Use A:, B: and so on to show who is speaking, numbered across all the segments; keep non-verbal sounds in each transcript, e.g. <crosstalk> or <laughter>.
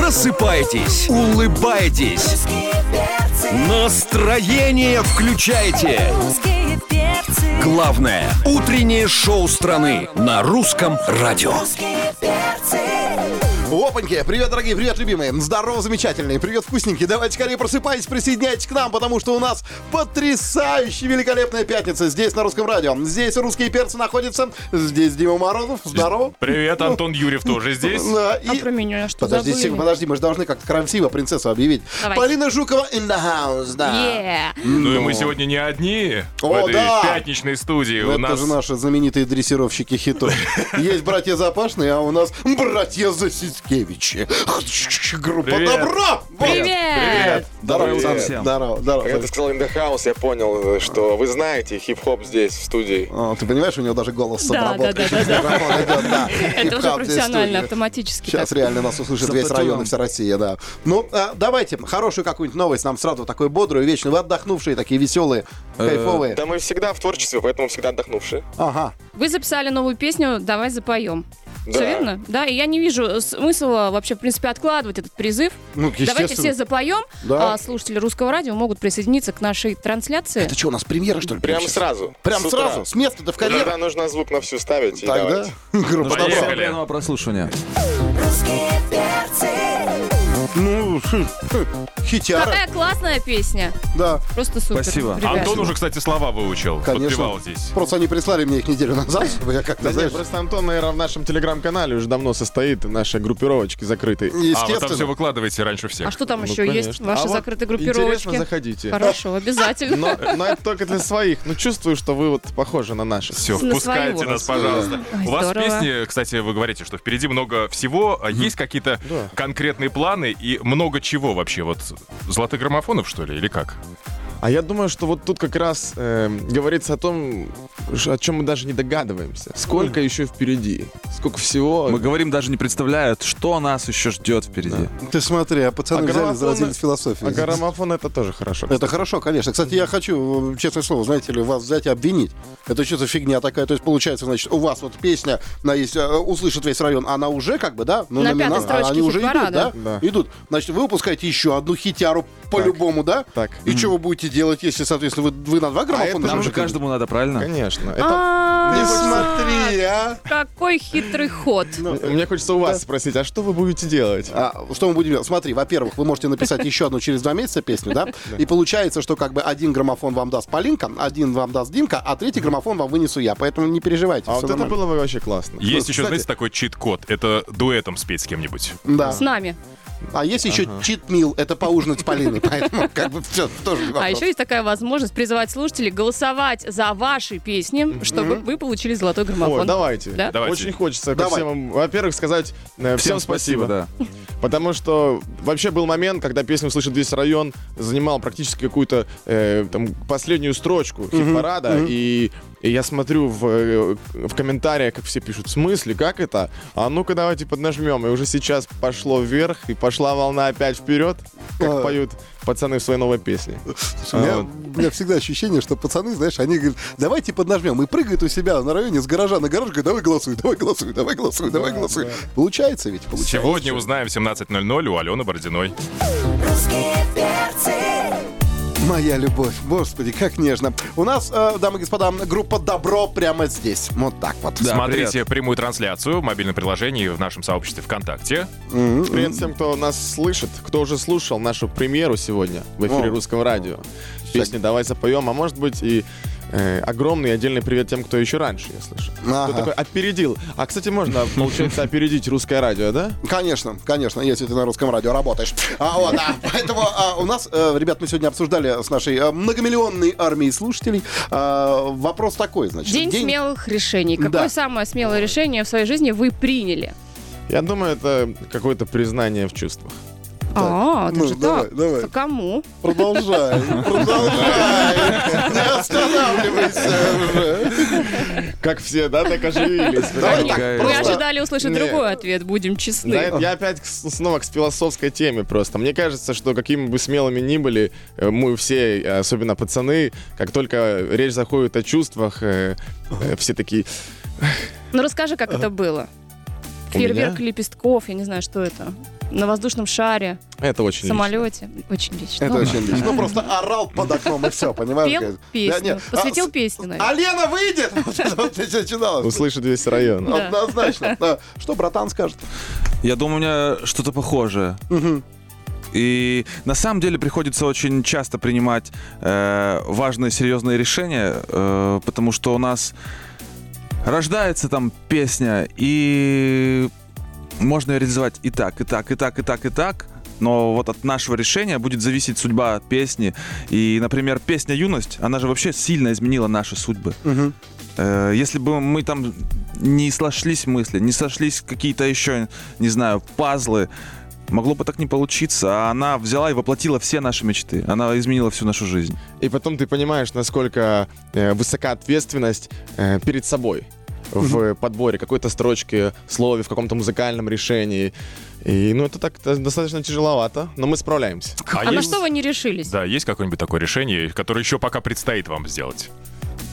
A: просыпайтесь, улыбайтесь,
B: Русские перцы,
A: настроение включайте.
B: русские перцы,
A: Главное – утреннее шоу страны на русском радио.
B: русские перцы.
C: Опаньки! Привет, дорогие, привет, любимые! Здорово, замечательные! Привет, вкусненькие! Давайте скорее просыпайтесь, присоединяйтесь к нам, потому что у нас потрясающая великолепная пятница здесь, на Русском радио. Здесь русские перцы находятся, здесь Дима Морозов. Здорово! Ну, <laughs>
D: Привет, Антон Юрьев тоже здесь.
C: Да,
E: А
C: и-
E: про меня что
C: Подожди,
E: забыли?
C: секунду, подожди, мы же должны как-то красиво принцессу объявить.
E: Давайте.
C: Полина Жукова in the house, да.
E: Е.
D: Ну и мы сегодня не одни в
C: О,
D: этой
C: да!
D: пятничной студии.
C: Это
D: У нас
C: же наши знаменитые дрессировщики
D: <laughs>
C: хитов. Есть братья Запашные, а у нас братья Засискевичи. Группа
D: Привет.
C: Добро!
E: Привет!
C: Здорово,
F: Привет.
C: пацаны.
F: Всем.
C: Здорово, здорово.
F: Когда ты А сказал In the House, я понял, что вы знаете хип-хоп здесь, в студии.
C: А, Ты понимаешь, у него даже голос
E: Да, да,
C: обработан.
E: да, да, да.
C: Микрофон идет, да.
E: Это уже профессионально, автоматически.
C: Сейчас
E: так.
C: реально нас услышит весь
F: Запатулом.
C: район и вся Россия, да. Ну, а, давайте хорошую какую-нибудь новость нам сразу, такой бодрую, вечную. Вы отдохнувшие, такие веселые, кайфовые.
F: Да мы всегда в творчестве, поэтому всегда отдохнувшие.
C: Ага.
E: Вы записали новую песню «Давай запоем». Все
F: Да.
E: верно? Да, и я не вижу смысла вообще, в принципе, откладывать этот призыв.
C: Ну,
E: Давайте
C: естественно.
E: все запоем,
C: Да.
E: а слушатели русского радио могут присоединиться к нашей трансляции.
C: Это что, у нас премьера, что ли?
F: Прям
C: сейчас?
F: сразу.
C: Прям
F: с утра.
C: сразу? С места-то в карьер?
F: Тогда нужно звук на всю ставить. и
C: Тогда
F: давайте.
C: группа
D: Поехали.
C: «Добро».
D: Постоянного
F: прослушивания.
B: Русские перцы,
C: Ну, хитяра,
E: Какая классная песня.
C: да.
E: Просто супер.
G: Спасибо.
E: Ребят.
D: Антон уже, кстати, слова выучил. Подпевал
C: Конечно.
D: здесь.
C: Просто они прислали мне их неделю назад, чтобы я как-то,
H: Да нет,
C: знаешь,
H: просто Антон, наверное, в нашем телеграм-канале уже давно состоит нашей группировочки закрытой.
D: А вы там все
C: естественно.
D: выкладываете раньше всех.
E: А что там
H: Ну,
E: еще есть?
H: конечно.
E: Ваши
H: А вот
E: закрытые группировочки.
H: Интересно, заходите.
E: Хорошо, обязательно.
H: Но, но это только для своих. Ну, чувствую, что вы вот похожи на наших.
D: Все,
E: На
D: впускайте
E: своего.
D: нас, пожалуйста.
E: Ой,
D: У вас в
E: здорово.
D: песне, кстати, вы говорите, что впереди много всего. А Есть какие-то
H: Да.
D: конкретные планы и много чего вообще? Вот золотых граммофонов, что ли, или как?
H: А я думаю, что вот тут как раз э, говорится о том, ш- о чем мы даже не догадываемся. Сколько еще впереди? Сколько всего?
G: Мы говорим, даже не представляют, что нас еще ждет впереди.
C: Ты смотри, а пацаны
H: А
C: взяли,
H: граммофон-
C: заразились
H: А
C: философией.
H: граммофон это тоже хорошо.
C: Это хорошо, конечно. Кстати, я хочу, э, честное слово, знаете ли, вас взять и обвинить. Это что за фигня такая? То есть, получается, значит, у вас вот песня на, есть, э, услышит весь район, она уже как бы, да? Ну,
E: На
C: номина-
E: пятой строчке
C: они уже идут,
E: хит-парада.
C: да?
H: Да.
C: Идут. Значит, вы выпускаете еще одну хитяру по-любому, да?
H: Так. А
C: И что вы будете делать, если, соответственно, вы, вы на два граммофона?
H: это
G: Нам же
C: живете?
G: каждому надо, правильно?
H: Конечно. Это...
E: А,
C: Не смотри, а!
E: Какой хитрый ход.
H: Э, Мне хочется у вас спросить, а что вы будете делать?
C: А, что мы будем делать? Смотри, во-первых, вы можете написать еще одну через два месяца песню, да? И получается, что как бы один граммофон вам даст Полинка, один вам даст Димка, а третий граммофон вам вынесу я. Поэтому не переживайте.
H: А
C: всё
H: вот это
C: нормально.
H: было бы вообще классно.
D: Есть еще,
C: Ну, кстати-
D: знаете, такой чит-код. Это дуэтом спеть с кем-нибудь.
C: Да.
E: С нами.
C: А есть еще читмил, это поужинать с Полиной, поэтому как бы все тоже не
E: А
C: вопрос.
E: еще есть такая возможность призывать слушателей голосовать за ваши песни, чтобы вы получили золотой
H: Ой,
E: граммофон.
H: давайте.
E: Да?
D: Давайте.
H: Очень хочется ко
C: Давай.
H: всем, вам, во-первых, сказать э, всем, спасибо. Потому что вообще был момент, когда песню услышал весь район, занимал практически какую-то э, там последнюю строчку хит-парада, и, и я смотрю в, э, в комментариях, как все пишут, в смысле, как это? А ну-ка давайте поднажмем, и уже сейчас пошло вверх, и пошла волна опять вперед,
C: Ой.
H: как поют пацаны в своей новой песне. А
C: У меня, у меня всегда ощущение, что пацаны, знаешь, они говорят, давайте поднажмем. И прыгают у себя на районе с гаража на гараж, говорят, давай голосуй, давай голосуй, давай голосуй, давай голосуй. Получается ведь, получается.
D: Сегодня узнаем в 17.00 у Алены Бородиной.
B: русские перцы,
C: Моя любовь, господи, как нежно. У нас, э, дамы и господа, группа Добро прямо здесь. Вот так вот.
G: Да,
D: Смотрите прямую трансляцию в мобильном приложении в нашем сообществе ВКонтакте.
H: Привет всем, кто нас слышит, кто уже слушал нашу премьеру сегодня в эфире
C: О.
H: Русского радио. Песни «Давай запоем», а может быть и э, огромный и отдельный привет тем, кто еще раньше ее слышал.
C: Ага.
H: Кто такой опередил. А, кстати, можно,
C: <laughs>
H: получается, опередить Русское радио, да?
C: Конечно, конечно, если ты на русском радио работаешь. А, вот, а, поэтому а, у нас, э, ребят, мы сегодня обсуждали с нашей э, многомиллионной армией слушателей. а, вопрос такой, значит.
E: День, смелых решений. Какое
C: Да.
E: самое смелое решение в своей жизни вы приняли?
H: Я думаю, это какое-то признание в чувствах.
E: А,
C: Ну,
E: даже
C: давай,
E: так.
C: давай.
E: К Кому?
C: Продолжаем, продолжаем. Не останавливайся уже.
H: Как все, да, так оживились.
C: Давай так,
G: Какая-
E: Вы
C: просто-
E: ожидали услышать
H: Нет.
E: другой ответ, будем честны.
H: Да, это я опять к- снова к философской теме просто. Мне кажется, что какими бы смелыми ни были э, мы все, э, особенно пацаны, как только речь заходит о чувствах, э, э, все такие...
E: Ну расскажи, как это было.
H: У меня?
E: Фейерверк лепестков, я не знаю, что это. на воздушном шаре,
H: Это очень
E: самолете. Очень лично.
C: Это
E: Ну,
C: очень лично. Ну, просто орал под окном, и все, понимаешь?
E: Пел
C: конечно. Да,
E: песню,
C: нет. А,
E: посвятил
C: с-
E: песню, наверное.
C: А Лена выйдет! <laughs> Вот это вот
H: лично.
C: начиналось.
H: Услышит весь
C: Ну.
H: район.
E: Да.
C: Однозначно. Да. Что братан скажет?
G: Я думаю, у меня что-то похожее. И на самом деле приходится очень часто принимать э, важные, серьезные решения, э, потому что у нас рождается там песня, и можно ее реализовать и так, и так, и так, и так, и так. Но вот от нашего решения будет зависеть судьба песни. И, например, песня «Юность», она же вообще сильно изменила наши судьбы. Э, Если бы мы там не сошлись мысли, не сошлись какие-то еще, не знаю, пазлы, могло бы так не получиться. А она взяла и воплотила все наши мечты. Она изменила всю нашу жизнь.
H: И потом ты понимаешь, насколько э, высока ответственность э, перед собой в подборе какой-то строчки, слове, в каком-то музыкальном решении. И, ну, это так это достаточно тяжеловато, но мы справляемся.
D: А,
E: А на
D: есть,
E: что вы не решились?
D: да, есть какое-нибудь такое решение, которое еще пока предстоит вам сделать?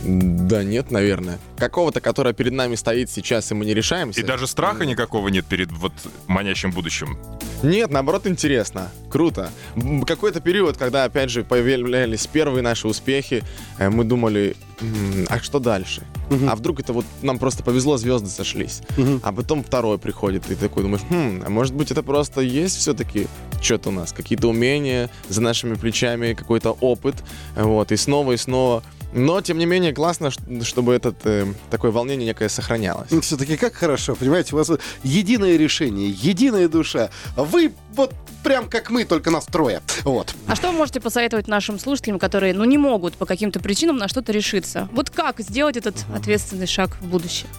H: Да нет, наверное. Какого-то, которое перед нами стоит сейчас, и мы не решаемся.
D: И даже страха никакого нет перед вот манящим будущим.
H: Нет, наоборот, интересно. Круто. М, Какой-то период, когда, опять же, появлялись первые наши успехи, э, мы думали, «М, а что дальше? А вдруг это вот нам просто повезло, звезды сошлись. А потом второй приходит, и ты такой думаешь, «Хм, а может быть это просто есть все-таки что-то у нас, какие-то умения за нашими плечами, какой-то опыт, вот, и снова, и снова. Но, тем не менее, классно, ш- чтобы этот, э, такое волнение некое сохранялось.
C: Все-таки Ну, как хорошо, понимаете, у вас единое решение, единая душа. Вы вот прям как мы, только нас трое. Вот.
E: А что вы можете посоветовать нашим слушателям, которые, ну, не могут по каким-то причинам на что-то решиться? Вот как сделать этот ответственный шаг в будущее?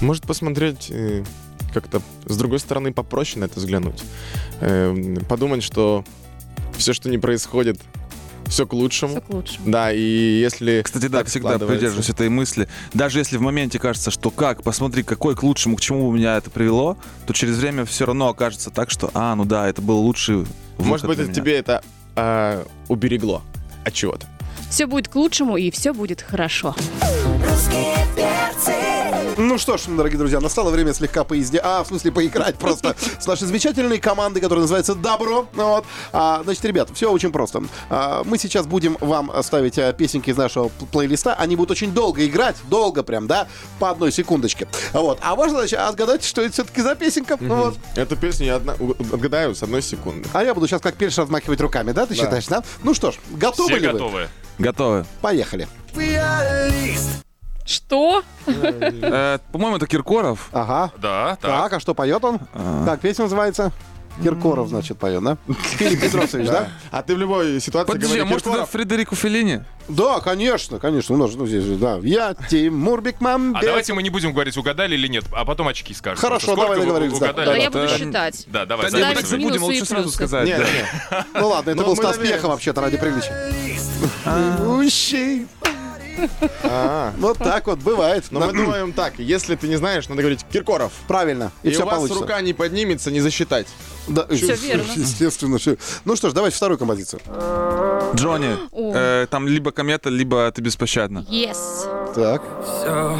H: Может посмотреть э, как-то с другой стороны попроще на это взглянуть. Эм, Подумать, что все, что не происходит, все к лучшему.
E: Все к лучшему.
H: Да, и если...
G: Кстати, да,
H: так
G: всегда
H: складывается-
G: придерживаюсь этой мысли. Даже если в моменте кажется, что как, посмотри, какой к лучшему, к чему меня это привело, то через время все равно окажется так, что, а, ну да, это был лучший выход
H: Может быть,
G: для
H: это
G: меня».
H: тебе это а, уберегло от чего-то.
E: Все будет к лучшему, и все будет хорошо.
B: русские перцы.
C: Ну что ж, дорогие друзья, настало время слегка поезде, а в смысле поиграть просто <laughs> с нашей замечательной командой, которая называется Добро. Ну Вот. А, значит, ребят, все очень просто. А, мы сейчас будем вам ставить а, песенки из нашего пл- плейлиста. Они будут очень долго играть, долго прям, да, по одной секундочке. Вот. А ваша задача отгадать, что это все-таки за песенка. Вот.
H: Эту песню я одна- у- отгадаю с одной секунды.
C: А я буду сейчас как перш размахивать руками, да, ты считаешь, да? Ну что ж, готовы
D: Все
C: ли вы?
D: готовы?
G: Готовы.
C: Поехали.
E: Что?
G: Э, по-моему, это Киркоров.
C: Ага.
D: Да, так.
C: Так, а что поет он? Так, песня называется? Киркоров, значит, поет, да? Филипп Петрович, да?
H: А ты в любой ситуации
G: Подожди, а
H: говори
G: может, это
H: «Киркоров».
G: Фредерико Феллини?
C: Да, конечно, конечно. У нас же, ну, здесь же, да. Я Тимур Бекмамбет.
D: А давайте мы не будем говорить, угадали или нет, а потом очки скажем.
C: Хорошо,
D: Потому что
C: давай
D: сколько вы
C: договорились, да.
D: угадали?
E: Да, я
G: да,
E: буду
G: да.
E: считать.
D: Да, давай,
G: Да не, мы
E: записывай.
G: так не будем,
E: Минусы и
G: лучше сразу
E: плюсы.
G: сказать.
H: Не,
G: да.
H: не.
C: Ну ладно, это
H: Ну,
C: был
H: мы,
C: Стас
H: наверное,
C: Пьеха вообще-то ради приличия. Ревущий.
H: А,
C: Вот так вот бывает.
H: Но
C: На-
H: мы думаем так, если ты не знаешь, надо говорить «Киркоров».
C: Правильно, и,
H: И,
C: все
H: у вас
C: получится.
H: рука не поднимется, не засчитать.
C: Да,
E: Всё верно.
C: Естественно, всё. Ну что ж, давайте вторую композицию.
G: Джонни,
E: О.
G: э, там либо комета, либо ты беспощадна.
E: Yes.
C: Так.
I: Все,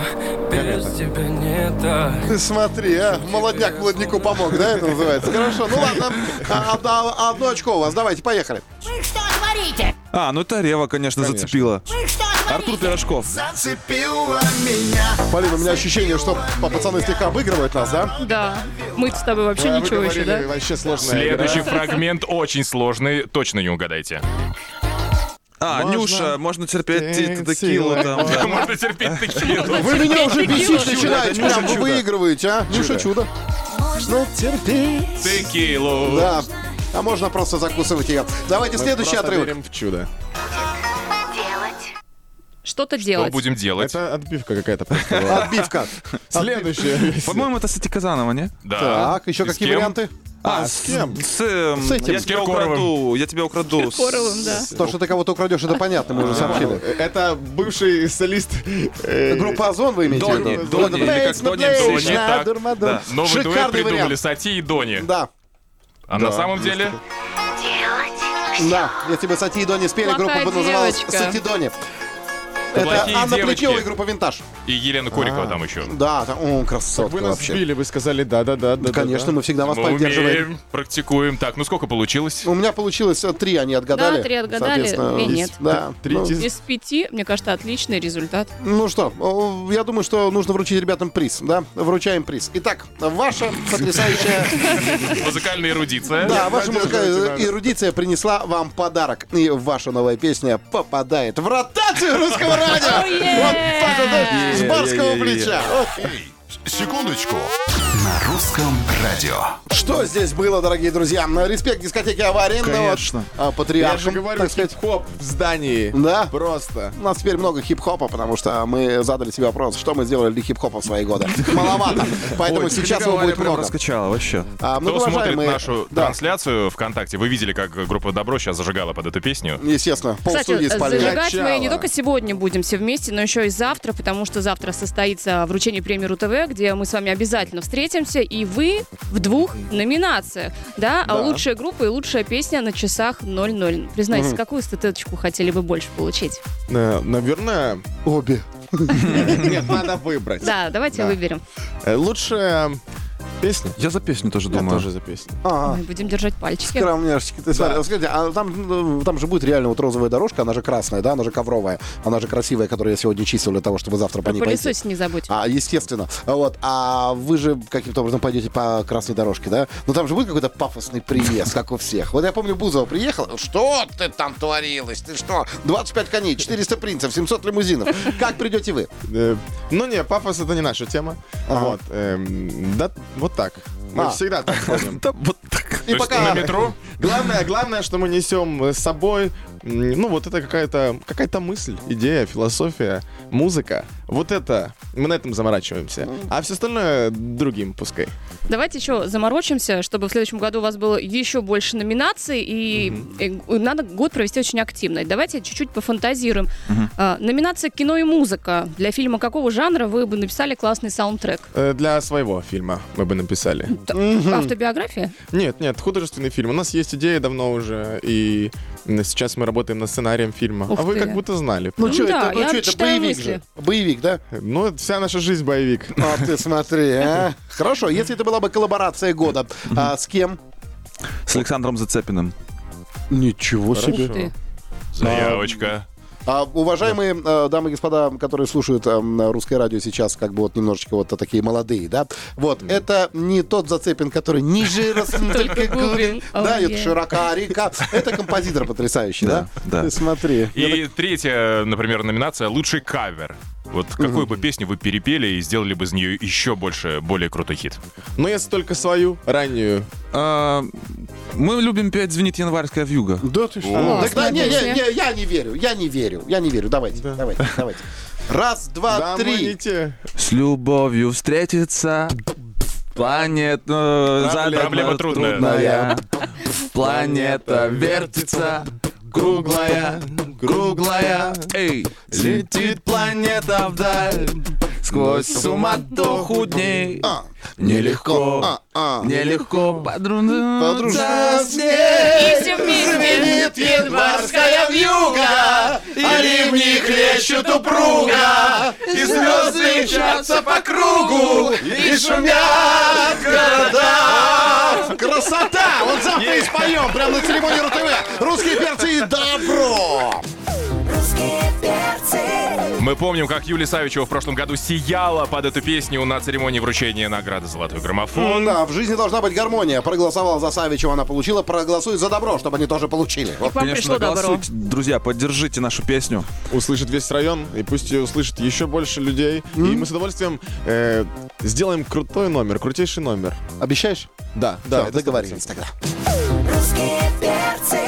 I: без тебя не так.
C: Ты смотри, а, молодняк молодняку помог, да, это называется? Хорошо, ну ладно, А, а, а, одно очко у вас, давайте, поехали.
J: Вы что творите?
G: А, ну это Рева, конечно, зацепила.
J: Вы что
G: Артур Пирожков.
C: Полин, у меня ощущение, что по- пацаны слегка обыгрывают нас, да?
E: Да. мы с тобой вообще
H: А вы
E: ничего еще,
H: говорили,
E: да?
H: Вообще сложно.
D: Следующий фрагмент очень сложный, точно не угадайте.
G: А,
H: Можно
G: Нюша, можно терпеть те-
H: терпеть
G: текилу
H: силу.
G: там, да.
D: Можно терпеть такие.
C: Вы меня уже бесить
E: Чудо,
C: начинаете,
G: это
C: прям вы
G: чудо.
C: выигрываете, а? Нюша, чудо. Ну, терпи.
D: Текилу.
C: Да. А можно просто закусывать ее. Давайте следующий
H: Просто
C: отрывок.
H: верим в чудо.
J: делать?
E: Что-то
D: Что
E: делать.
D: будем делать?
H: Это отбивка какая-то просто была.
C: Отбивка.
H: <laughs> Следующая песня.
G: По-моему, это Сати Казанова, не?
D: Да.
C: Так, еще
D: И с
C: какие
D: кем?
C: варианты?
G: А, с кем? С, эм,
C: С этим,
G: я
C: с
G: тебя
D: Киркоровым.
G: украду, я тебя украду. С-
E: Коровым, да.
C: То, что ты кого-то украдешь, это понятно, мы уже сообщили.
H: Это бывший солист. э,
C: Группа Озон вы имеете в
G: Дони,
C: виду?
G: Дони, или как Дони
D: Дони,
G: Точно,
D: так.
C: Да.
D: Новый дуэт
C: Шикарный
D: придумали
C: вариант.
D: Сати и Дони.
C: Да,
D: А на самом деле...
J: Делать.
C: да. Я тебе Сати и Дони спели,
E: Плохая
C: группа бы называлась
E: девочка.
C: Сати Дони. Это
D: Плохие
C: Анна
D: девочки.
C: Плетнева и группа «Винтаж».
D: И Елена
C: А.
D: Корикова там еще.
C: Да, там, о, красотка
H: Вы нас
C: вообще.
H: сбили, вы сказали да-да-да.
C: Да, Конечно,
H: ну,
C: мы всегда вас
D: Мы
C: поддерживаем.
D: умеем, практикуем. Так, ну сколько получилось?
C: У меня получилось э, три, они отгадали.
E: Да, три отгадали,
C: соответственно,
E: две
C: из-
E: нет.
C: Да.
H: Три
C: ну,
H: из-
E: Из пяти, мне кажется, отличный результат.
C: Ну что, о, я думаю, что нужно вручить ребятам приз, да? Вручаем приз. Итак, ваша потрясающая...
D: <laughs> Музыкальная эрудиция.
C: Ну, Да, ваша
H: поддерживайте,
C: музыка
H: надо.
C: эрудиция принесла вам подарок. И ваша новая песня попадает в ротацию русского радио. Вот так вот, да, с барского плеча. Вот.
A: Секундочку. На русском радио.
C: Что здесь было, дорогие друзья? На Респект дискотеки аварийного.
G: Конечно.
H: Я же
C: Патриаршем,
H: говорю,
C: так сказать.
H: хип-хоп в здании.
C: а, Да.
H: Просто.
C: У нас теперь много хип-хопа, потому что мы задали себе вопрос, что мы сделали для хип-хопа в свои годы. Маловато. Поэтому
G: Ой,
C: сейчас
G: Валя
C: его будет
G: прям
C: много.
G: раскачала вообще.
C: А,
D: Кто смотрит
C: уважаемые-
D: нашу
C: Да,
D: трансляцию ВКонтакте, вы видели, как группа Добро сейчас зажигала под эту песню.
C: естественно, полстудии
E: Кстати,
C: спалили.
E: зажигать мы не только сегодня будем все вместе, но еще и завтра, потому что завтра состоится вручение премии РУ-ТВ, где мы с вами обязательно встретимся, и вы в двух номинациях. Да, а лучшая группа и лучшая песня на часах 00. Признайтесь, какую статуэточку хотели бы больше получить?
H: Э, Наверное,
C: Обе.
H: нет, надо выбрать.
E: Да, давайте
H: Да.
E: выберем.
H: <laughs> Э, Лучшая песня.
G: Я за песню тоже
H: Я
G: думаю.
H: тоже за песню.
C: Ага.
E: Мы будем держать пальчики. А
C: Скромняшечки, ты смотри, скажите, а там, э, там же будет реально вот розовая дорожка, она же красная, да, она же ковровая, она же красивая, которую я сегодня чистил для того, чтобы завтра по ней пойти.
E: Пылесосить не забудь.
C: А, естественно. Вот. А вы же каким-то образом пойдете по красной дорожке, да? Но там же будет какой-то пафосный приезд, как у всех. Вот я помню, Бузова приехала. Что ты там творилось? Ты что? 25 коней, 400 принцев, 700 лимузинов. Как придете вы?
H: Э, Ну не, пафос это не наша тема.
C: Ага.
H: Вот. эм, Да, вот так. Мы
C: А.
H: всегда так ходим.
G: Да, вот так.
C: И
D: То есть на метро?
H: Главное, главное, что мы несем с собой, м, ну вот это какая-то какая-то мысль, идея, философия, музыка. Вот это мы на этом заморачиваемся,
E: Ну.
H: а все остальное другим пускай.
E: Давайте еще заморочимся, чтобы в следующем году у вас было еще больше номинаций, и, и надо год провести очень активно. И Давайте чуть-чуть пофантазируем. А, номинация кино и музыка. Для фильма какого жанра вы бы написали классный саундтрек?
H: Э, Для своего фильма мы бы написали.
E: Т- Автобиография?
H: Нет, нет, художественный фильм. У нас есть идея давно уже, и м, сейчас мы работаем над сценарием фильма.
E: Ух
H: а вы
E: ты.
H: как будто знали.
E: Ну
C: чё
E: да,
C: это, ну
E: я
C: чё это,
E: читаю
C: боевик
E: мысли.
C: же. Боевик, да?
H: Ну, вся наша жизнь боевик.
C: А ты смотри, а. Хорошо, если это была бы коллаборация года, а с кем?
G: С Александром Зацепиным.
C: Ничего
E: Ух ты.
D: Заявочка.
C: А, уважаемые э, дамы и господа, которые слушают э, м, русское радио сейчас, как бы вот немножечко вот такие молодые, да, вот, это не тот Зацепин, который ниже ростом, только
E: Гурин.
C: Гурин, да,
E: Ой,
C: это
E: е.
C: широка река, это композитор потрясающий, да?
G: Да, да.
C: Ты смотри.
D: И третья, например, номинация «Лучший кавер». Вот какую бы песню вы перепели и сделали бы из нее еще больше, более крутой хит?
H: Но если только свою раннюю.
G: А, Мы любим петь «Звенит январская вьюга».
C: Да ты
E: О.
C: Так, да, не, не,
E: Классная
C: не, я не верю, я не верю, я не верю, давайте, давайте, давайте. Раз, два,
H: да, мы не
C: три.
H: те.
G: С любовью встретиться. Планета
D: Проблема трудная.
G: Планета вертится. Круглая, круглая. Эй, летит планета вдаль. Сквозь суматоху дней.
C: А,
G: Нелегко,
C: а, а.
G: нелегко подружиться
C: Подружиться
G: с ней.
E: И все вместе.
C: Звенит январская вьюга,
G: и ливни хлещут упруга,
C: и
G: звезды мчатся
C: по кругу, и шумят города. Красота! Вот завтра и споем, прямо на церемонии РУ-ТВ. Русские перцы и добро!
B: русские перцы,
D: Мы помним, как Юлия Савичева в прошлом году сияла под эту песню на церемонии вручения награды «Золотой граммофон».
C: Ну Да, в жизни должна быть гармония. Проголосовал за Савичева, она получила. Проголосуй за добро, чтобы они тоже получили. Вот.
E: К вам пришло добро.
G: голосуйте, друзья, поддержите нашу песню.
H: услышит весь район, и пусть ее услышит еще больше людей. И мы с удовольствием э, сделаем крутой номер, крутейший номер.
C: Обещаешь?
H: Да,
C: Да,
H: да,
C: договорились тогда.
B: русские перцы.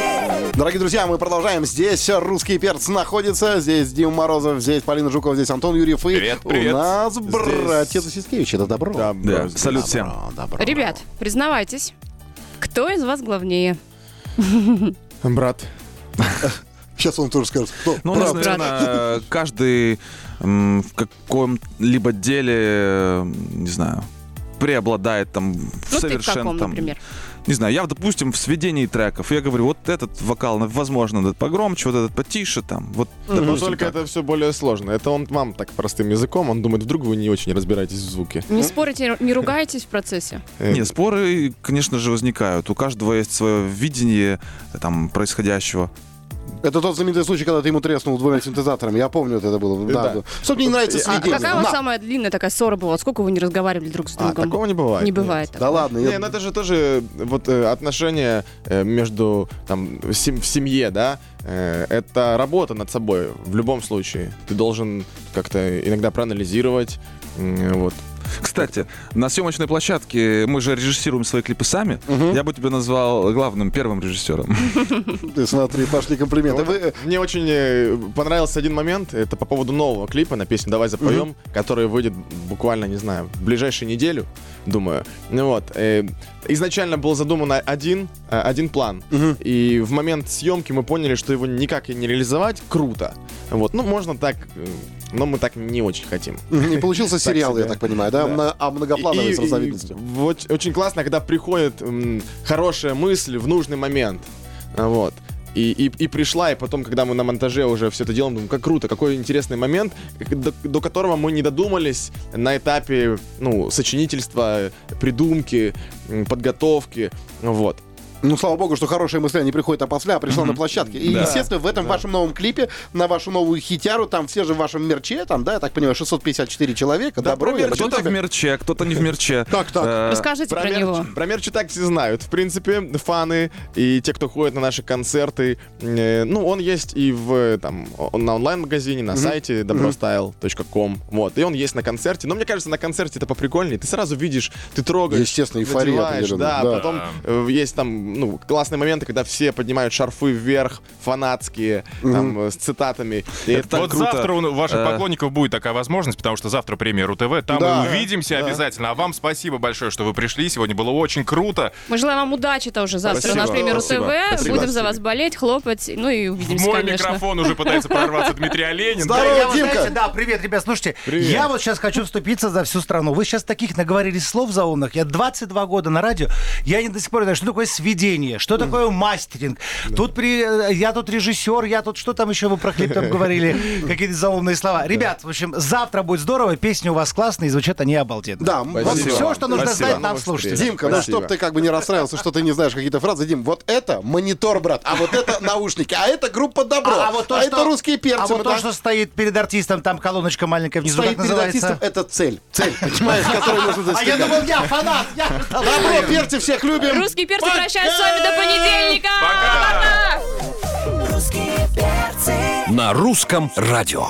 C: Дорогие друзья, мы продолжаем. Здесь русский перц находится. Здесь Дима Морозов, здесь Полина Жукова, здесь Антон Юрьев. И
D: Привет, привет.
C: у нас братья Сосискевич. Это добро.
H: Да,
G: Да,
H: да.
G: салют всем.
C: добро.
E: Ребят, признавайтесь, кто из вас главнее?
H: Брат,
C: Сейчас он тоже скажет. кто
G: Ну, у нас,
E: Брат.
G: наверное, <laughs> каждый м, в каком-либо деле, м, не знаю, преобладает там
E: Ну, ты в
G: совершенно
E: каком,
G: там.
E: например?
G: Не знаю, я, допустим, в сведении треков, я говорю, вот этот вокал, ну, возможно, надо погромче, вот этот потише, там, вот,
H: Но
G: допустим,
H: только
G: так.
H: это все более сложно. Это он вам так простым языком, он думает, вдруг вы не очень разбираетесь в звуке.
E: Не спорите, не ругаетесь в процессе.
H: Э,
G: Не, споры, конечно же, возникают. У каждого есть свое видение э, там происходящего.
C: Это тот знаменитый случай, когда ты ему треснул двумя синтезаторами. Я помню, это было. Да.
H: Да.
C: Что мне не нравится
E: А
C: сведение.
E: какая у вас
C: На.
E: самая длинная такая ссора была? Сколько вы не разговаривали друг с
H: А,
E: другом?
H: такого не бывает.
E: Не
H: нет.
E: бывает.
C: Да ладно. я-
H: Не, ну это же тоже э, вот э, отношения э, между там сем- в семье, да, э, это работа над собой в любом случае. Ты должен как-то иногда проанализировать, м, вот.
G: Кстати, на съемочной площадке мы же режиссируем свои клипы сами. Я бы тебя назвал главным первым режиссером.
C: Ты смотри, пошли комплименты.
H: Ну,
C: Вы, э,
H: Мне очень э, понравился один момент, это по поводу нового клипа на песню «Давай запоем», который выйдет буквально, не знаю, в ближайшую неделю, думаю. Ну вот, э, изначально был задуман о- один, э, один план, и в момент съемки мы поняли, что его никак и не реализовать, круто. Вот, ну можно так, э, но мы так не очень хотим.
C: Не получился
H: <laughs> Так
C: сериал, я
H: себе.
C: так понимаю, да?
H: Да.
C: Мно- А многоплановый
H: И-
C: с
H: и-
C: разновидностью.
H: и вот очень классно, когда приходит м, хорошая мысль в нужный момент. А, Вот. И, и, и пришла, и потом, когда мы на монтаже уже все это делаем, думаем, как круто, какой интересный момент, к- до, до которого мы не додумались на этапе ну, сочинительства, придумки, м, подготовки. Вот.
C: Ну, слава богу, что хорошие мысли, они приходят опосля, а пришла на площадке. И,
G: Да.
C: естественно, в этом вашем новом клипе, на вашу новую хитяру, там все же в вашем мерче, там, да, я так понимаю, 654 человека. Добро, я
G: Кто-то в
C: тебе.
G: мерче, кто-то не в мерче.
C: Так, так.
G: Э,
E: Расскажите про,
H: мерч-
E: него.
H: про мерч и так все знают. В принципе, фаны и те, кто ходит на наши концерты. э, ну, он есть и в э, там он на онлайн-магазине, на сайте добростайл.ком. Вот. И он есть на концерте. Но мне кажется, на концерте это поприкольнее. Ты сразу видишь, ты трогаешь.
C: Естественно, эйфория
H: задеваешь,
C: определенная,
H: да,
C: да.
H: потом э, есть там ну, классные моменты, когда все поднимают шарфы вверх, фанатские, там, э, с цитатами. И это
G: так
D: вот
G: круто.
D: завтра у ваших
G: Э.
D: поклонников будет такая возможность, потому что завтра премия РУ-ТВ. Там
C: Да.
D: и увидимся обязательно. А вам спасибо большое, что вы пришли. Сегодня было очень круто.
E: Мы желаем вам удачи тоже завтра
G: Спасибо.
E: на премьеру ТВ.
G: Спасибо. Спасибо.
E: Будем за вас болеть, хлопать. Ну и увидимся,
D: В мой
E: конечно.
D: микрофон уже пытается прорваться Дмитрий Оленин.
C: Здорово,
K: Я вот,
C: Димка!
K: знаете, да, привет, ребят, слушайте, я вот сейчас хочу вступиться за всю страну. Вы сейчас таких наговорили слов заумных. Я 22 года на радио, я не до сих пор не знаю, что такое сведение, что такое мастеринг. Тут при, э, я тут режиссер, я тут что там еще вы про клип
C: <laughs>
K: там говорили, какие-то заумные слова. Ребят, в общем, завтра будет здорово, песни у вас классные, и звучат они обалденно.
C: Да,
K: Вот
H: Спасибо
K: все,
H: вам.
K: что нужно
G: Спасибо.
K: знать нам,
H: Новых
K: слушателям.
H: встреч.
C: Димка, ну
H: Спасибо.
C: чтоб ты как бы не расстраивался, что ты не знаешь какие-то фразы. Дим, вот это монитор, брат, а вот это наушники, а это группа Добро, а, это русские перцы.
K: А вот
C: мы
K: то,
C: так-
K: что стоит перед артистом, там колоночка маленькая внизу,
C: стоит
K: как
C: перед артистом,
K: называется?
C: это цель. Цель, понимаешь, которой нужно
K: <laughs> А я
C: достигать.
K: думал, я фанат, я
C: Добро, перцы, всех любим!
E: Русские перцы прощаются с вами до понедельника!
D: Пока!
B: русские перцы.
A: на русском радио.